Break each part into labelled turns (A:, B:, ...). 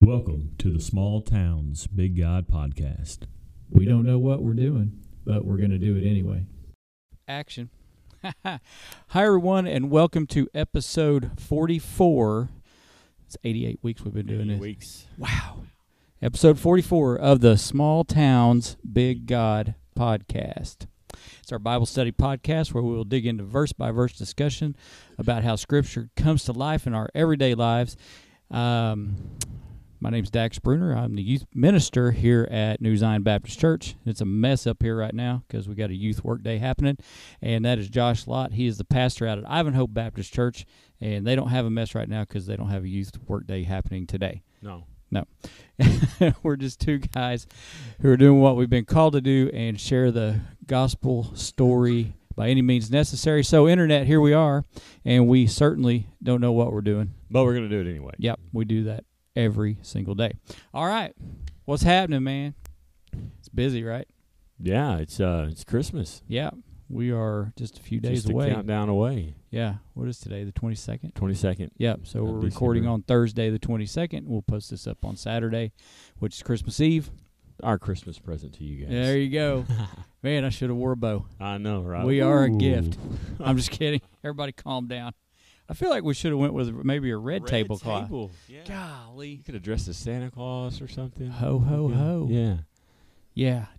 A: Welcome to the Small Towns Big God Podcast.
B: We don't know what we're doing, but we're going to do it anyway.
C: action. Hi, everyone, and welcome to episode 44. It's 88 weeks we've been doing this.
A: Weeks.
C: Wow. Episode 44 of the Small Towns Big God podcast. It's our Bible study podcast where we will dig into verse by verse discussion about how Scripture comes to life in our everyday lives. Um, my name's Dax Bruner. I'm the youth minister here at New Zion Baptist Church. It's a mess up here right now because we got a youth work day happening, and that is Josh Lott. He is the pastor out at Ivanhoe Baptist Church, and they don't have a mess right now because they don't have a youth work day happening today.
A: No.
C: We're just two guys who are doing what we've been called to do and share the gospel story by any means necessary. So, internet, here we are, and we certainly don't know what we're doing.
A: But we're going to do it anyway.
C: Yep, we do that every single day. All right, what's happening, man? It's busy, right?
A: Yeah, it's uh it's Christmas.
C: Yeah, we are just a few days
A: Just a
C: away.
A: countdown away.
C: Yeah, what is today? The twenty second.
A: 22nd.
C: Yep. So
A: Of
C: we're recording
A: December.
C: on Thursday, the twenty second. We'll post this up on Saturday, which is Christmas Eve.
A: Our Christmas present to you guys.
C: There you go. man, I should have wore a bow.
A: I know, right?
C: We are a
A: Ooh.
C: gift. I'm just kidding. Everybody, calm down. I feel like we should have went with maybe a red, tablecloth.
A: table. Yeah. You
C: Golly.
A: could have dressed as Santa Claus or something.
C: Ho ho
A: yeah.
C: ho. Yeah.
A: Yeah.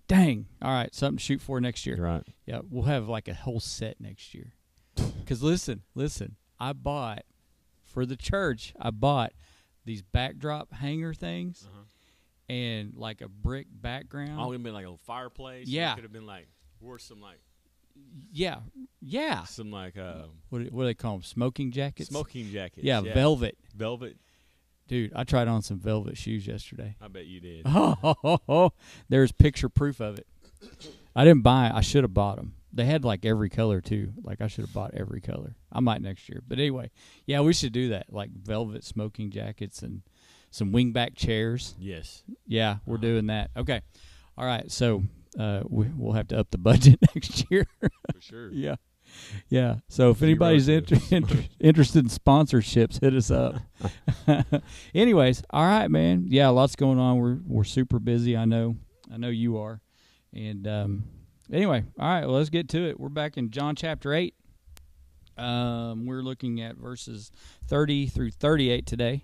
C: Dang. All right. Something to shoot for next year.
A: You're right.
C: Yeah. We'll have like a whole set next year. Cause listen, listen. I bought for the church. I bought these backdrop hanger things
A: Uh-huh.
C: and like a brick background.
A: have been like a fireplace.
C: You Yeah.
A: have
C: could've
A: been like wore some like
C: yeah. Yeah.
A: some like uh,
C: What do, what do they call them? Smoking jackets.
A: smoking jackets.
C: Yeah, velvet.
A: Velvet.
C: Dude, I tried on some velvet shoes yesterday.
A: I bet you did.
C: Oh, there's picture proof of it. I didn't buy. I should have bought them. They had like every color too. Like I should have bought every color. I might next year. But anyway, yeah, we should do that. Like velvet smoking jackets and some wingback chairs.
A: Yes.
C: Yeah, we're
A: Uh-huh.
C: doing that. Okay. All right. So uh, we, we'll have to up the budget next year.
A: For sure.
C: yeah. Yeah. So if
A: Zero
C: anybody's
A: to
C: inter- inter- interested in sponsorships, hit us up. Anyways, all right, man. Yeah, lots going on. We're we're super busy. I know. I know you are. And um, anyway, all right. Well, let's get to it. We're back in John chapter eight. Um, we're looking at verses thirty through thirty-eight today.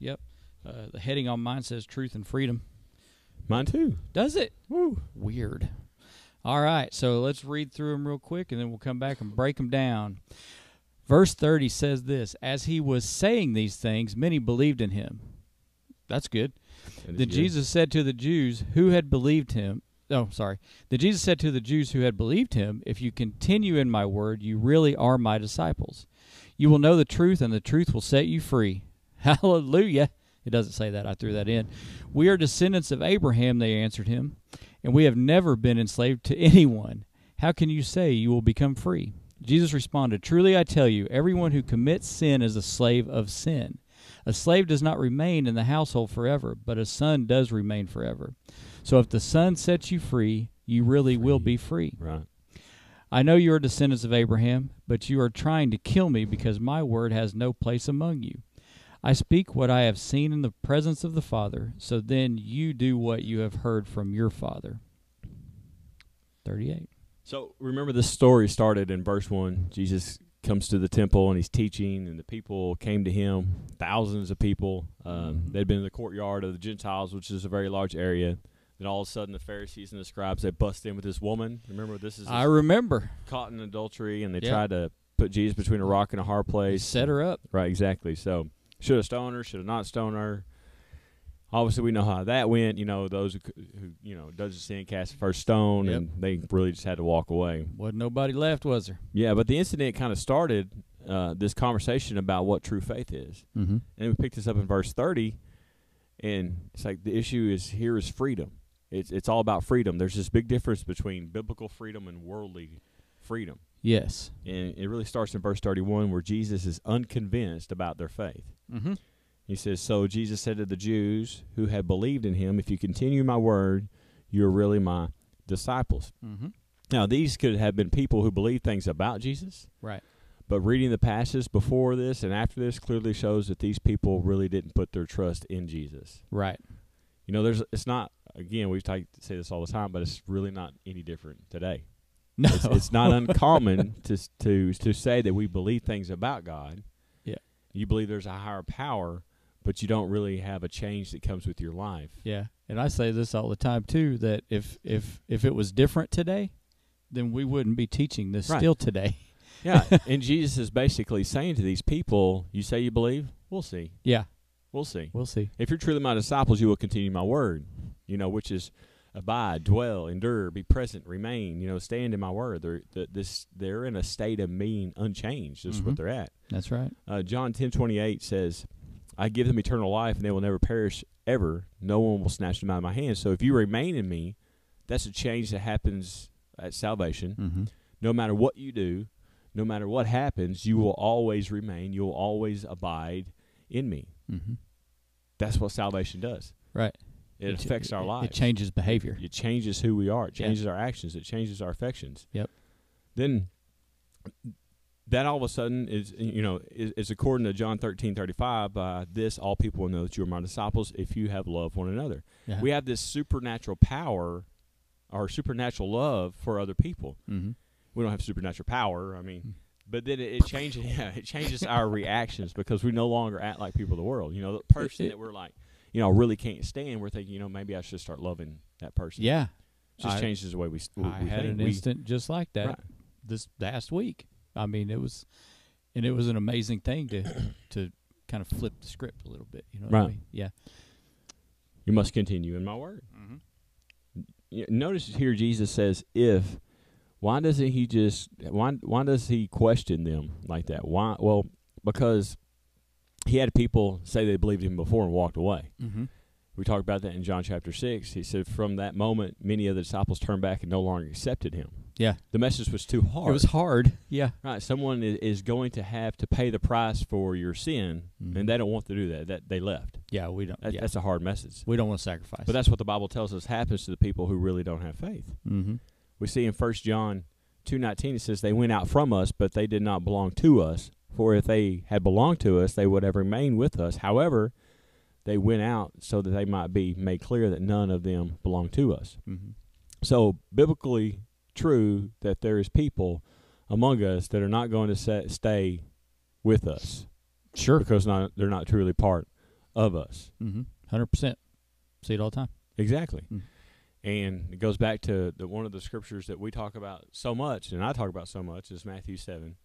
C: Yep. Uh, the heading on mine says "Truth and Freedom."
A: Mine too.
C: Does it?
A: Woo.
C: Weird. All right, so let's read through them real quick and then we'll come back and break them down. Verse 30 says this As he was saying these things, many believed in him. That's good. Then Jesus said to the Jews who had believed him, Oh, sorry. Then Jesus said to the Jews who had believed him, If you continue in my word, you really are my disciples. You will know the truth, and the truth will set you free. Hallelujah. It doesn't say that. I threw that in. We are descendants of Abraham, they answered him, and we have never been enslaved to anyone. How can you say you will become free? Jesus responded, Truly I tell you, everyone who commits sin is a slave of sin. A slave does not remain in the household forever, but a son does remain forever. So if the son sets you free, you really will be free.
A: Right.
C: I know you are descendants of Abraham, but you are trying to kill me because my word has no place among you. I speak what I have seen in the presence of the Father, so then you do what you have heard from your Father. 38.
A: So remember, this story started in verse 1. Jesus comes to the temple and he's teaching, and the people came to him, thousands of people. Um,
C: Mhm.
A: They'd been in the courtyard of the Gentiles, which is a very large area. Then all of a sudden, the Pharisees and the scribes, they bust in with this woman. Remember, this is
C: I remember.
A: caught in adultery, and they
C: Yeah.
A: tried to put Jesus between a rock and a hard
C: They
A: place.
C: set her up.
A: Right, exactly. So should have stoned her, should have not stoned her. Obviously, we know how that went. You know, those who, c- who you know doesn't sin cast the first stone,
C: Yep.
A: and they really just had to walk away.
C: Wasn't nobody left, was there?
A: Yeah, but the incident kind of started uh, this conversation about what true faith is,
C: Mm-hmm.
A: and we picked this up in verse thirty, and it's like the issue is here is freedom. It's it's all about freedom. There's this big difference between biblical freedom and worldly freedom,
C: Yes.
A: and it really starts in verse thirty-one where Jesus is unconvinced about their faith.
C: Mm-hmm.
A: He says, So Jesus said to the Jews who had believed in him, If you continue my word, you're really my disciples.
C: Mm-hmm.
A: Now, these could have been people who believed things about Jesus,
C: Right.
A: But reading the passages before this and after this clearly shows that these people really didn't put their trust in Jesus.
C: Right.
A: You know, there's it's not again we type, say this all the time, but it's really not any different today.
C: No.
A: It's, it's not uncommon to s- to to say that we believe things about God.
C: Yeah.
A: you believe there's a higher power, but you don't really have a change that comes with your life.
C: Yeah, and I say this all the time too that if if if it was different today, then we wouldn't be teaching this
A: Right.
C: still today.
A: Yeah, and Jesus is basically saying to these people, "You say you believe? We'll see.
C: Yeah,
A: We'll see.
C: we'll see.
A: If you're truly my disciples, you will continue my word. You know, which is abide, dwell, endure, be present, remain. You know, stand in my word. They're th- this. They're in a state of being unchanged. This is
C: Mhm.
A: what they're at.
C: That's right.
A: Uh, John ten twenty eight says, "I give them eternal life, and they will never perish ever. No one will snatch them out of my hand. So if you remain in me, that's a change that happens at salvation.
C: Mm-hmm.
A: No matter what you do, no matter what happens, you will always remain. You will always abide in me.
C: Mm-hmm.
A: That's what salvation does.
C: Right.
A: It, affects our
C: it,
A: lives.
C: It changes behavior.
A: It changes who we are. It
C: Yeah.
A: changes our actions. It changes our affections.
C: Yep.
A: Then that all of a sudden is you know is, is according to John thirteen thirty five. By this, all people will know that you are my disciples if you have love one another.
C: Yeah.
A: We have this supernatural power, or supernatural love for other people.
C: mm-hmm.
A: We don't have supernatural power. I
C: Mm.
A: mean. But then it, it changes. Yeah, it changes our reactions because we no longer act like people of the world. You know, the person
C: it-
A: that we're like, you know, really can't stand. We're thinking, you know, maybe I should start loving that person
C: Yeah.
A: just
C: I-
A: changes the way we. s- we
C: I
A: we
C: had
A: think.
C: an
A: We-
C: instant just like that
A: Right.
C: this last week. I mean, it was, and it was an amazing thing to to kind of flip the script a little bit. You know what I
A: Right.
C: mean? Yeah.
A: You must continue in my word.
C: Mhm.
A: Y- Notice here, Jesus says, "If." Why doesn't he just? Why Why does he question them like that? Why? Well, because he had people say they believed him before and walked away.
C: Mm-hmm.
A: We talked about that in John chapter six. He said, "From that moment, many of the disciples turned back and no longer accepted him."
C: Yeah.
A: The message was too hard.
C: It was hard. Yeah.
A: Right, someone i- is going to have to pay the price for your sin,
C: Mhm.
A: and they don't want to do that. That they left.
C: Yeah. We don't.
A: That,
C: yeah.
A: Mm-hmm. That's a hard message.
C: We don't want to sacrifice.
A: But that's what the Bible tells us happens to the people who really don't have faith.
C: mm-hmm.
A: We see in 1 John 2:19 it says they went out from us but they did not belong to us for if they had belonged to us they would have remained with us. However, they went out so that they might be made clear that none of them belonged to us.
C: Mm-hmm.
A: So biblically true that there is people among us that are not going to sa stay with us
C: Sure.
A: because not, they're not truly part of us.
C: Mm-hmm. Hundred percent. See it all the time.
A: Exactly.
C: Mm.
A: And it goes back to the, one of the scriptures that we talk about so much, and I talk about so much, is Matthew 7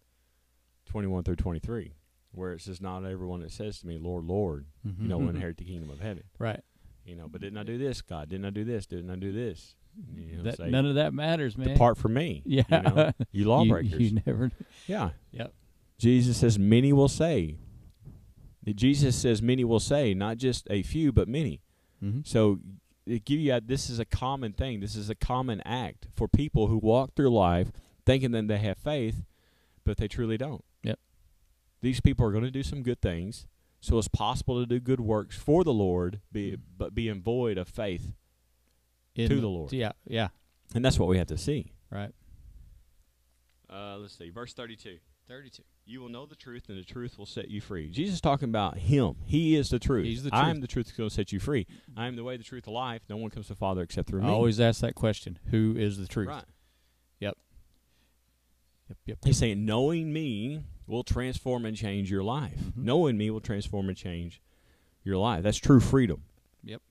A: 21 through 23, where it says, Not everyone that says to me, Lord, Lord, you know, will inherit the kingdom of heaven.
C: Mm-hmm. Right.
A: You know, but didn't I do this, God? Didn't I do this? Didn't I do this? You know,
C: That,
A: say,
C: none of that matters, man.
A: Depart from me.
C: Yeah.
A: You, know, you
C: You-
A: lawbreakers.
C: You, never.
A: yeah.
C: Yep.
A: Jesus says, Many will say. Jesus says, Many will say, not just a few, but many. So it give you a, this is a common thing. This is a common act for people who walk through life thinking that they have faith, but they truly don't.
C: Yep.
A: These people are going to do some good things, so it's possible to do good works for the Lord, be, but being void of faith,
C: In
A: To the Lord.
C: Yeah. Yeah.
A: and that's what we have to see.
C: Right.
A: Uh, let's see, verse thirty-two.
C: Thirty-two.
A: You will know the truth, and the truth will set you free. Jesus is talking about Him. He is the truth.
C: He's the
A: I
C: truth.
A: am the truth that's going to set you free. I am the way, the truth, the life. No one comes to the Father except through
C: I
A: me.
C: always ask that question: Who is the truth?
A: Right.
C: Yep. Yep.
A: He's saying, knowing me will transform and change your life.
C: Mm-hmm.
A: Knowing me will transform and change your life. That's true freedom.
C: Yep.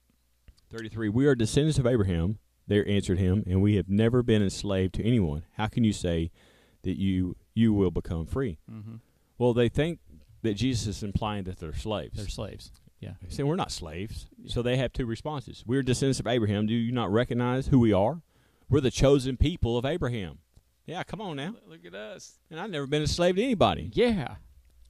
A: 33. We are descendants of Abraham, there answered him, and we have never been enslaved to anyone. How can you say that you you will become free?
C: Mm-hmm.
A: Well, they think that Jesus is implying that they're slaves.
C: They're slaves. Yeah.
A: He's saying, we're not slaves. So they have two responses. We're descendants of Abraham. Do you not recognize who we are? We're the chosen people of Abraham. Yeah, come on now.
C: Look at us.
A: And I've never been enslaved to anybody.
C: Yeah.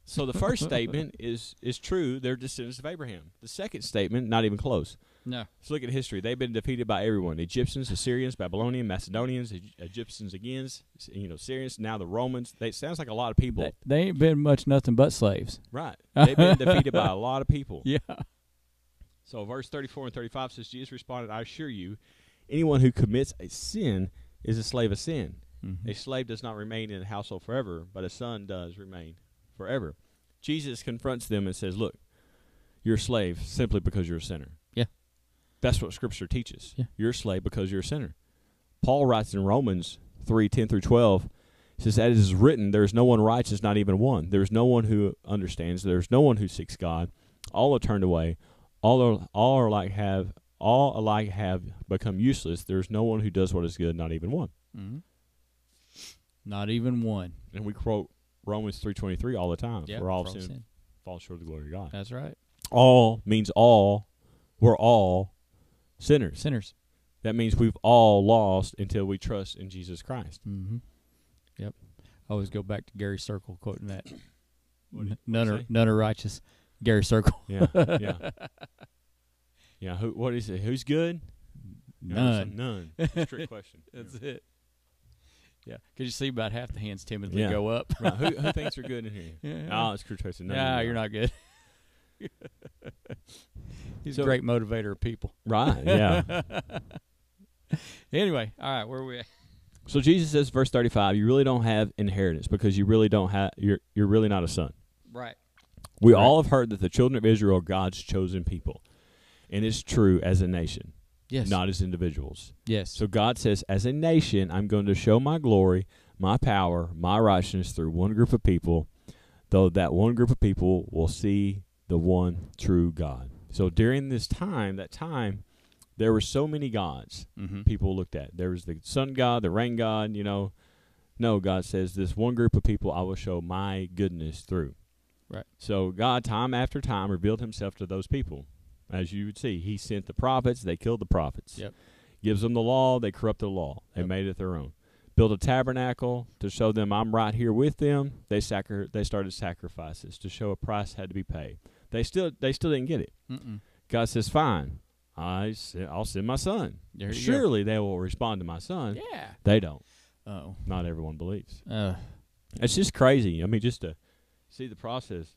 A: So the first statement is is true. They're descendants of Abraham. The second statement, not even close.
C: No.
A: Let's look at history. They've been defeated by everyone: Egyptians, Assyrians, Babylonians, Macedonians, Egy- Egyptians again. s- You know, Syrians. Now the Romans. They it sounds like a lot of people,
C: They, they ain't been much nothing but slaves.
A: right? They've been defeated by a lot of people.
C: Yeah.
A: So verse thirty-four and thirty-five says, Jesus responded, "I assure you, anyone who commits a sin is a slave of sin.
C: Mhm.
A: A slave does not remain in the household forever, but a son does remain forever. Jesus confronts them and says, Look, you're a slave simply because you're a sinner.
C: Yeah.
A: That's what Scripture teaches.
C: Yeah.
A: You're a slave because you're a sinner. Paul writes in Romans three ten through 12, he says, As it is written, there is no one righteous, not even one. There is no one who understands. There is no one who seeks God. All are turned away. All are, all are like have all alike have become useless. There is no one who does what is good, not even one.
C: Mhm. Not even one.
A: and we quote Romans three twenty three all the time.
C: Yeah,
A: we're all
C: for
A: sin,
C: sin.
A: fall short of the glory of God.
C: That's right.
A: All means all. We're all sinners.
C: Sinners.
A: That means we've all lost until we trust in Jesus Christ.
C: Mm-hmm. Yep. I always go back to Gary Circle quoting that.
A: What'd he-
C: N- none
A: what'd
C: are
A: he say?
C: none are righteous. Gary Circle.
A: Yeah, yeah, yeah. Who? What is it? Who's good? You know, it's
C: None.
A: a none. It's a Trick question.
C: That's it. Yeah, because you see about half the hands timidly
A: Yeah.
C: go up.
A: Right. Who, who thinks you're good in here?
C: Yeah.
A: Oh, it's crew choice. No,
C: yeah, you're not good. He's
A: So-
C: a great motivator of people.
A: Right. Yeah.
C: Anyway, all right, where are we at?
A: So Jesus says, verse thirty-five, you really don't have inheritance because you really don't have. You're you're really not a son.
C: Right.
A: We
C: Right.
A: all have heard that the children of Israel are God's chosen people, and it's true as a nation,
C: Yes.
A: not as individuals.
C: yes.
A: So God says, as a nation, I'm going to show my glory, my power, my righteousness through one group of people, though that one group of people will see the one true God. So during this time, that time, there were so many gods
C: mm-hmm.
A: people looked at. There was the sun god, the rain god, you know. No, God says this one group of people I will show my goodness through.
C: Right.
A: So God time after time revealed himself to those people. As you would see, he sent the prophets, they killed the prophets.
C: Yep.
A: Gives them the law, they corrupt the law. They
C: Yep.
A: made it their own. Built a tabernacle to show them I'm right here with them. They sacri- they started sacrifices to show a price had to be paid. They still they still didn't get it.
C: Mm-mm.
A: God says, "Fine. I se- I'll send my son."
C: There you go.
A: Surely they will respond to my son.
C: Yeah.
A: They don't.
C: Oh.
A: Not everyone believes.
C: Uh,
A: It's just crazy. I mean, just to see the process.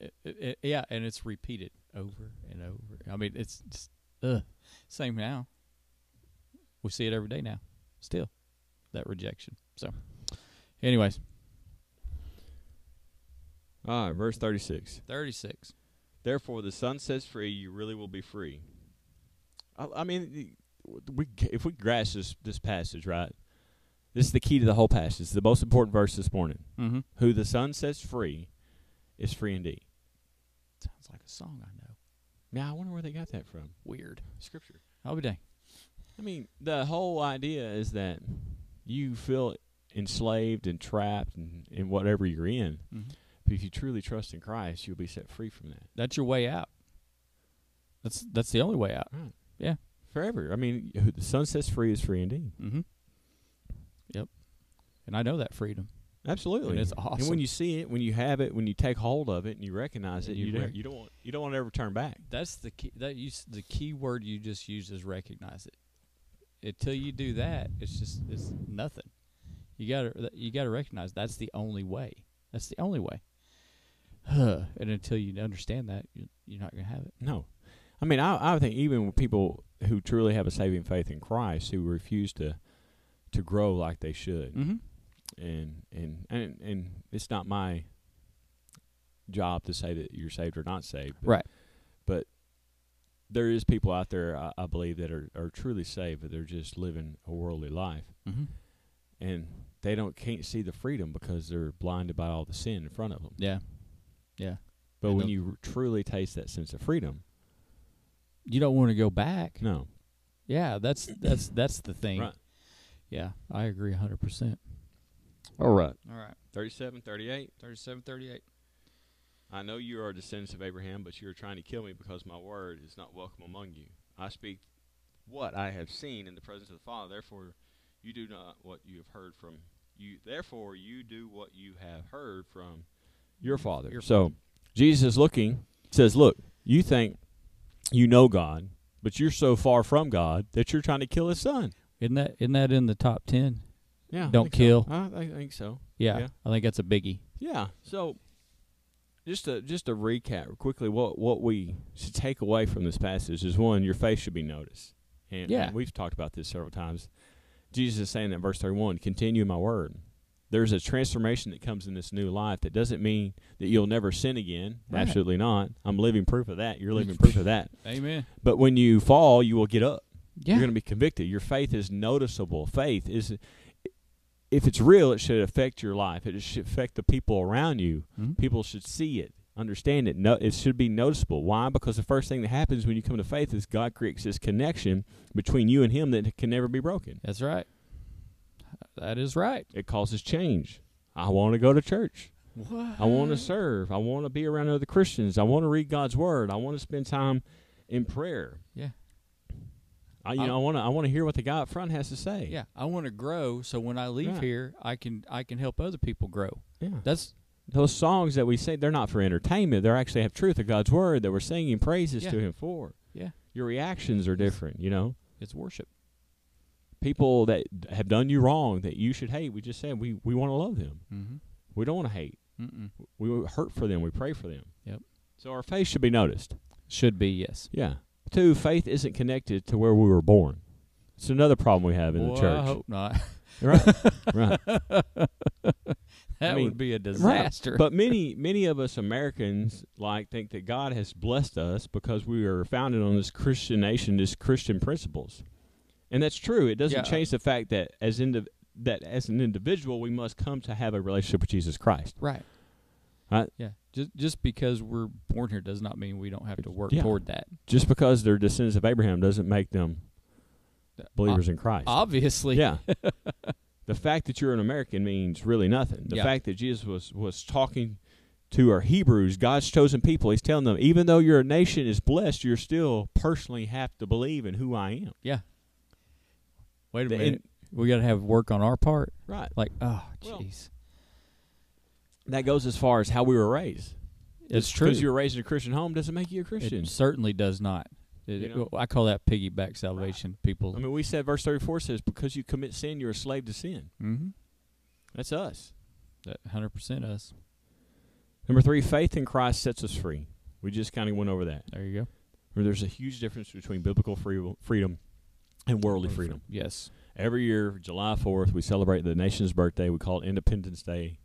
C: it, it, it- Uh, yeah, and it's repeated over and over. I mean, it's just, ugh. same now. We see it every day now, still, that rejection. So, anyways,
A: All right, verse 36.
C: 36.
A: Therefore, the son says free, you really will be free. I, I mean, we if we grasp this, this passage, right? This is the key to the whole passage. It's the most important verse this morning.
C: Mm-hmm.
A: Who the son sets free is free indeed.
C: Sounds like a song I know.
A: Now, I wonder where they got that from.
C: Weird.
A: Scripture.
C: I'll be dang.
A: I mean, the whole idea is that you feel enslaved and trapped in, in whatever you're in.
C: Mhm.
A: But if you truly trust in Christ, you'll be set free from that
C: That's your way out. That's that's the only way out.
A: forever. I mean, who- the sun sets free is free indeed.
C: Mm-hmm. Yep. And I know that freedom.
A: Absolutely,
C: And it's
A: And
C: awesome.
A: when you see it, when you have it, when you take hold of it, and you recognize
C: And
A: it,
C: you
A: you, don't,
C: rec-
A: you don't want you don't want to ever turn back.
C: That's the key. That you, s- the key word you just used is recognize it. Until you do that, it's just it's nothing. You gotta you gotta recognize that's the only way. That's the only way. Huh. And until you understand that, you're, you're not gonna have it.
A: No, I mean, I I think even with people who truly have a saving faith in Christ, who refuse to to grow like they should,
C: Mm-hmm.
A: and and and and it's not my job to say that you're saved or not saved. But,
C: Right.
A: But there is people out there I, I believe that are are truly saved, but they're just living a worldly life,
C: Mm-hmm.
A: and they don't can't see the freedom because they're blinded by all the sin in front of them.
C: Yeah. Yeah.
A: But
C: And
A: when
C: the-
A: you truly taste that sense of freedom,
C: You don't want to go back.
A: no,
C: Yeah. That's that's that's the thing.
A: right,
C: Yeah. I agree hundred percent.
A: all right,
C: All right.
A: thirty-seven, thirty-eight.
C: Thirty-seven, thirty-eight.
A: I know you are descendants of Abraham, but you are trying to kill me because my word is not welcome among you. I speak what I have seen in the presence of the Father, therefore you do not what you have heard from you therefore you do what you have heard from your father.
C: Your
A: so Jesus is looking, says, Look, you think you know God, but you're so far from God that you're trying to kill his son.
C: Isn't that isn't that in the top ten?
A: Yeah. I
C: Don't
A: think so.
C: kill.
A: I, I think so.
C: Yeah,
A: Yeah.
C: I think that's a biggie.
A: Yeah. So just to just to recap quickly what what we should take away from this passage is one, your face should be noticed. And,
C: Yeah.
A: and we've talked about this several times. Jesus is saying that verse 31 continue my word. There's a transformation that comes in this new life that doesn't mean that you'll never sin again.
C: Right.
A: Absolutely not. I'm living proof of that. You're living proof of that.
C: Amen.
A: But when you fall, you will get up.
C: Yeah.
A: You're going to be convicted. Your faith is noticeable. Faith is, if it's real, it should affect your life. It should affect the people around you.
C: Mhm.
A: People should see it, understand it. No, it should be noticeable. Why? Because the first thing that happens when you come to faith is God creates this connection between you and Him that can never be broken.
C: That's right. That is right.
A: It causes change. I want to go to church.
C: What?
A: I want to serve. I want to be around other Christians. I want to read God's Word. I want to spend time in prayer.
C: Yeah.
A: I, you
C: I-
A: know, I want to. I want to hear what the guy up front has to say.
C: Yeah, I want to grow so when I leave
A: Right.
C: here, I can I can help other people grow.
A: yeah.
C: That's
A: those songs that we sing, they're not for entertainment. They actually have truth of God's word that we're singing praises
C: Yeah.
A: to Him for.
C: Yeah.
A: Your reactions are different, you know?
C: it's worship.
A: People that have done you wrong that you should hate, we just said we, we want to love them.
C: Mm-hmm.
A: We don't want to hate.
C: Mm-mm.
A: We hurt for them. We pray for them.
C: Yep.
A: So our faith should be noticed.
C: Should be yes.
A: Yeah. Two, faith isn't connected to where we were born. It's another problem we have in
C: Boy,
A: the
C: I
A: church.
C: hope not.
A: Right. right.
C: that
A: mean,
C: would be a
A: Right.
C: disaster.
A: But many many of us Americans like think that God has blessed us because we are founded on this Christian nation, this Christian principles, and that's true. It doesn't
C: Yeah.
A: change the fact that as indiv- that as an individual we must come to have a relationship with Jesus Christ.
C: right.
A: Right.
C: Yeah. Just just because we're born here does not mean we don't have to work
A: Yeah.
C: toward that.
A: Just because they're descendants of Abraham doesn't make them believers in Christ.
C: Obviously.
A: Yeah. the fact that you're an American means really nothing. The
C: Yeah.
A: fact that Jesus was was talking to our Hebrews, God's chosen people, he's telling them, even though your nation is blessed, you're still personally have to believe in who I am.
C: Wait a
A: The-
C: minute.
A: and-
C: we got to have work on our part.
A: right.
C: Like, oh,
A: Well,
C: jeez.
A: That goes as far as how we were raised.
C: it's
A: Just
C: true.
A: Because you were raised in a Christian home doesn't make you a Christian.
C: It certainly does not. It-
A: You know?
C: I call that piggyback salvation, people.
A: I mean, we said verse 34 says, because you commit sin, you're a slave to sin.
C: mm-hmm.
A: That's us.
C: That hundred percent us.
A: Number three, faith in Christ sets us free. We just kind of went over that.
C: There you go.
A: There's a huge difference between biblical free- freedom and worldly freedom.
C: Yes.
A: Every year, July 4th, we celebrate the nation's birthday. We call it Independence Day.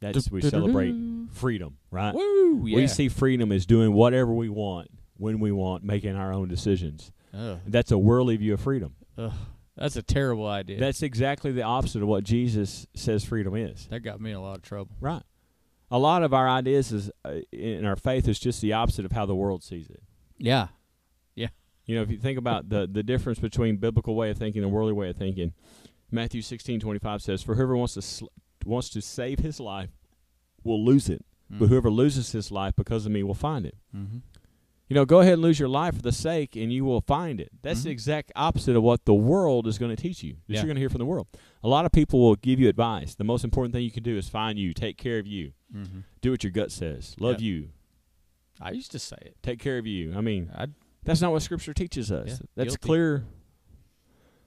A: That's we celebrate freedom, right?
C: Woo! Yeah.
A: We see freedom as doing whatever we want, when we want, making our own decisions.
C: Ugh.
A: That's a worldly view of freedom.
C: Ugh. That's a terrible idea.
A: That's exactly the opposite of what Jesus says freedom is.
C: that got me in a lot of trouble.
A: Right. A lot of our ideas is uh, in our faith is just the opposite of how the world sees it.
C: Yeah.
A: You know, if you think about the the difference between biblical way of thinking and worldly way of thinking, Matthew sixteen twenty five says, "For whoever wants to sl- wants to save his life will lose it, but whoever loses his life because of me will find it."
C: Mm-hmm.
A: You know, go ahead and lose your life for the sake, and you will find it. That's the
C: Mhm.
A: exact opposite of what the world is going to teach you. That
C: Yeah.
A: you're going to hear from the world. A lot of people will give you advice. The most important thing you can do is find you, take care of you,
C: Mm-hmm.
A: do what your gut says, love
C: Yep.
A: you,
C: I used to say it.
A: take care of you. I mean,
C: I.
A: that's not what Scripture teaches us.
C: Yeah,
A: that's
C: guilty.
A: clear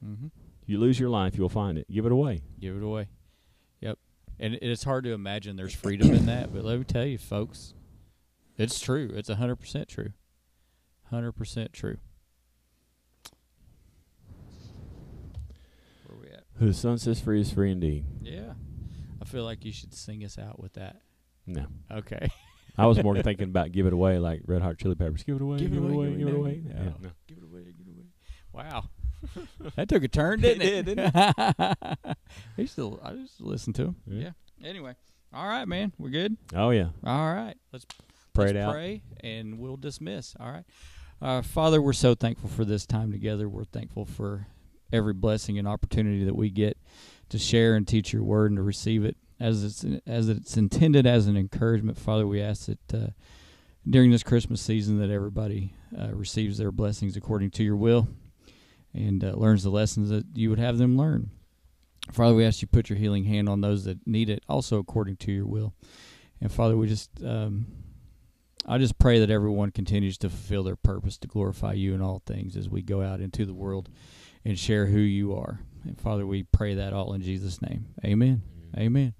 C: Mm-hmm.
A: You lose your life, you'll find it. Give it away.
C: Give it away. Yep. And it- it's hard to imagine there's freedom in that, but let me tell you, folks, it's true. It's hundred percent true. Hundred percent true. Where we at?
A: Who the sun sets free is free indeed.
C: Yeah. I feel like you should sing us out with that.
A: No.
C: Okay.
A: I was more thinking about give it away like Red Hot Chili Peppers. Give it away, give, it away, give it away.
C: No.
A: Yeah.
C: Give it away, give it away. Wow. that took a turn, didn't it?
A: It did,
C: I used to I used to listen to him.
A: Yeah.
C: Anyway. All right, man. We're good.
A: Oh, yeah.
C: All right. Let's
A: Pray
C: Let's
A: it out.
C: Pray and we'll dismiss. All right. Uh, Father, we're so thankful for this time together. We're thankful for every blessing and opportunity that we get to share and teach your word and to receive it as it's as it's intended as an encouragement. Father, we ask that uh, during this Christmas season that everybody uh, receives their blessings according to your will and uh, learns the lessons that you would have them learn. Father, we ask you put your healing hand on those that need it, also according to your will. And Father, we just um, I just pray that everyone continues to fulfill their purpose to glorify you in all things as we go out into the world and share who you are. And
A: Mm.
C: Father, we pray that all in Jesus' name. Amen. Amen.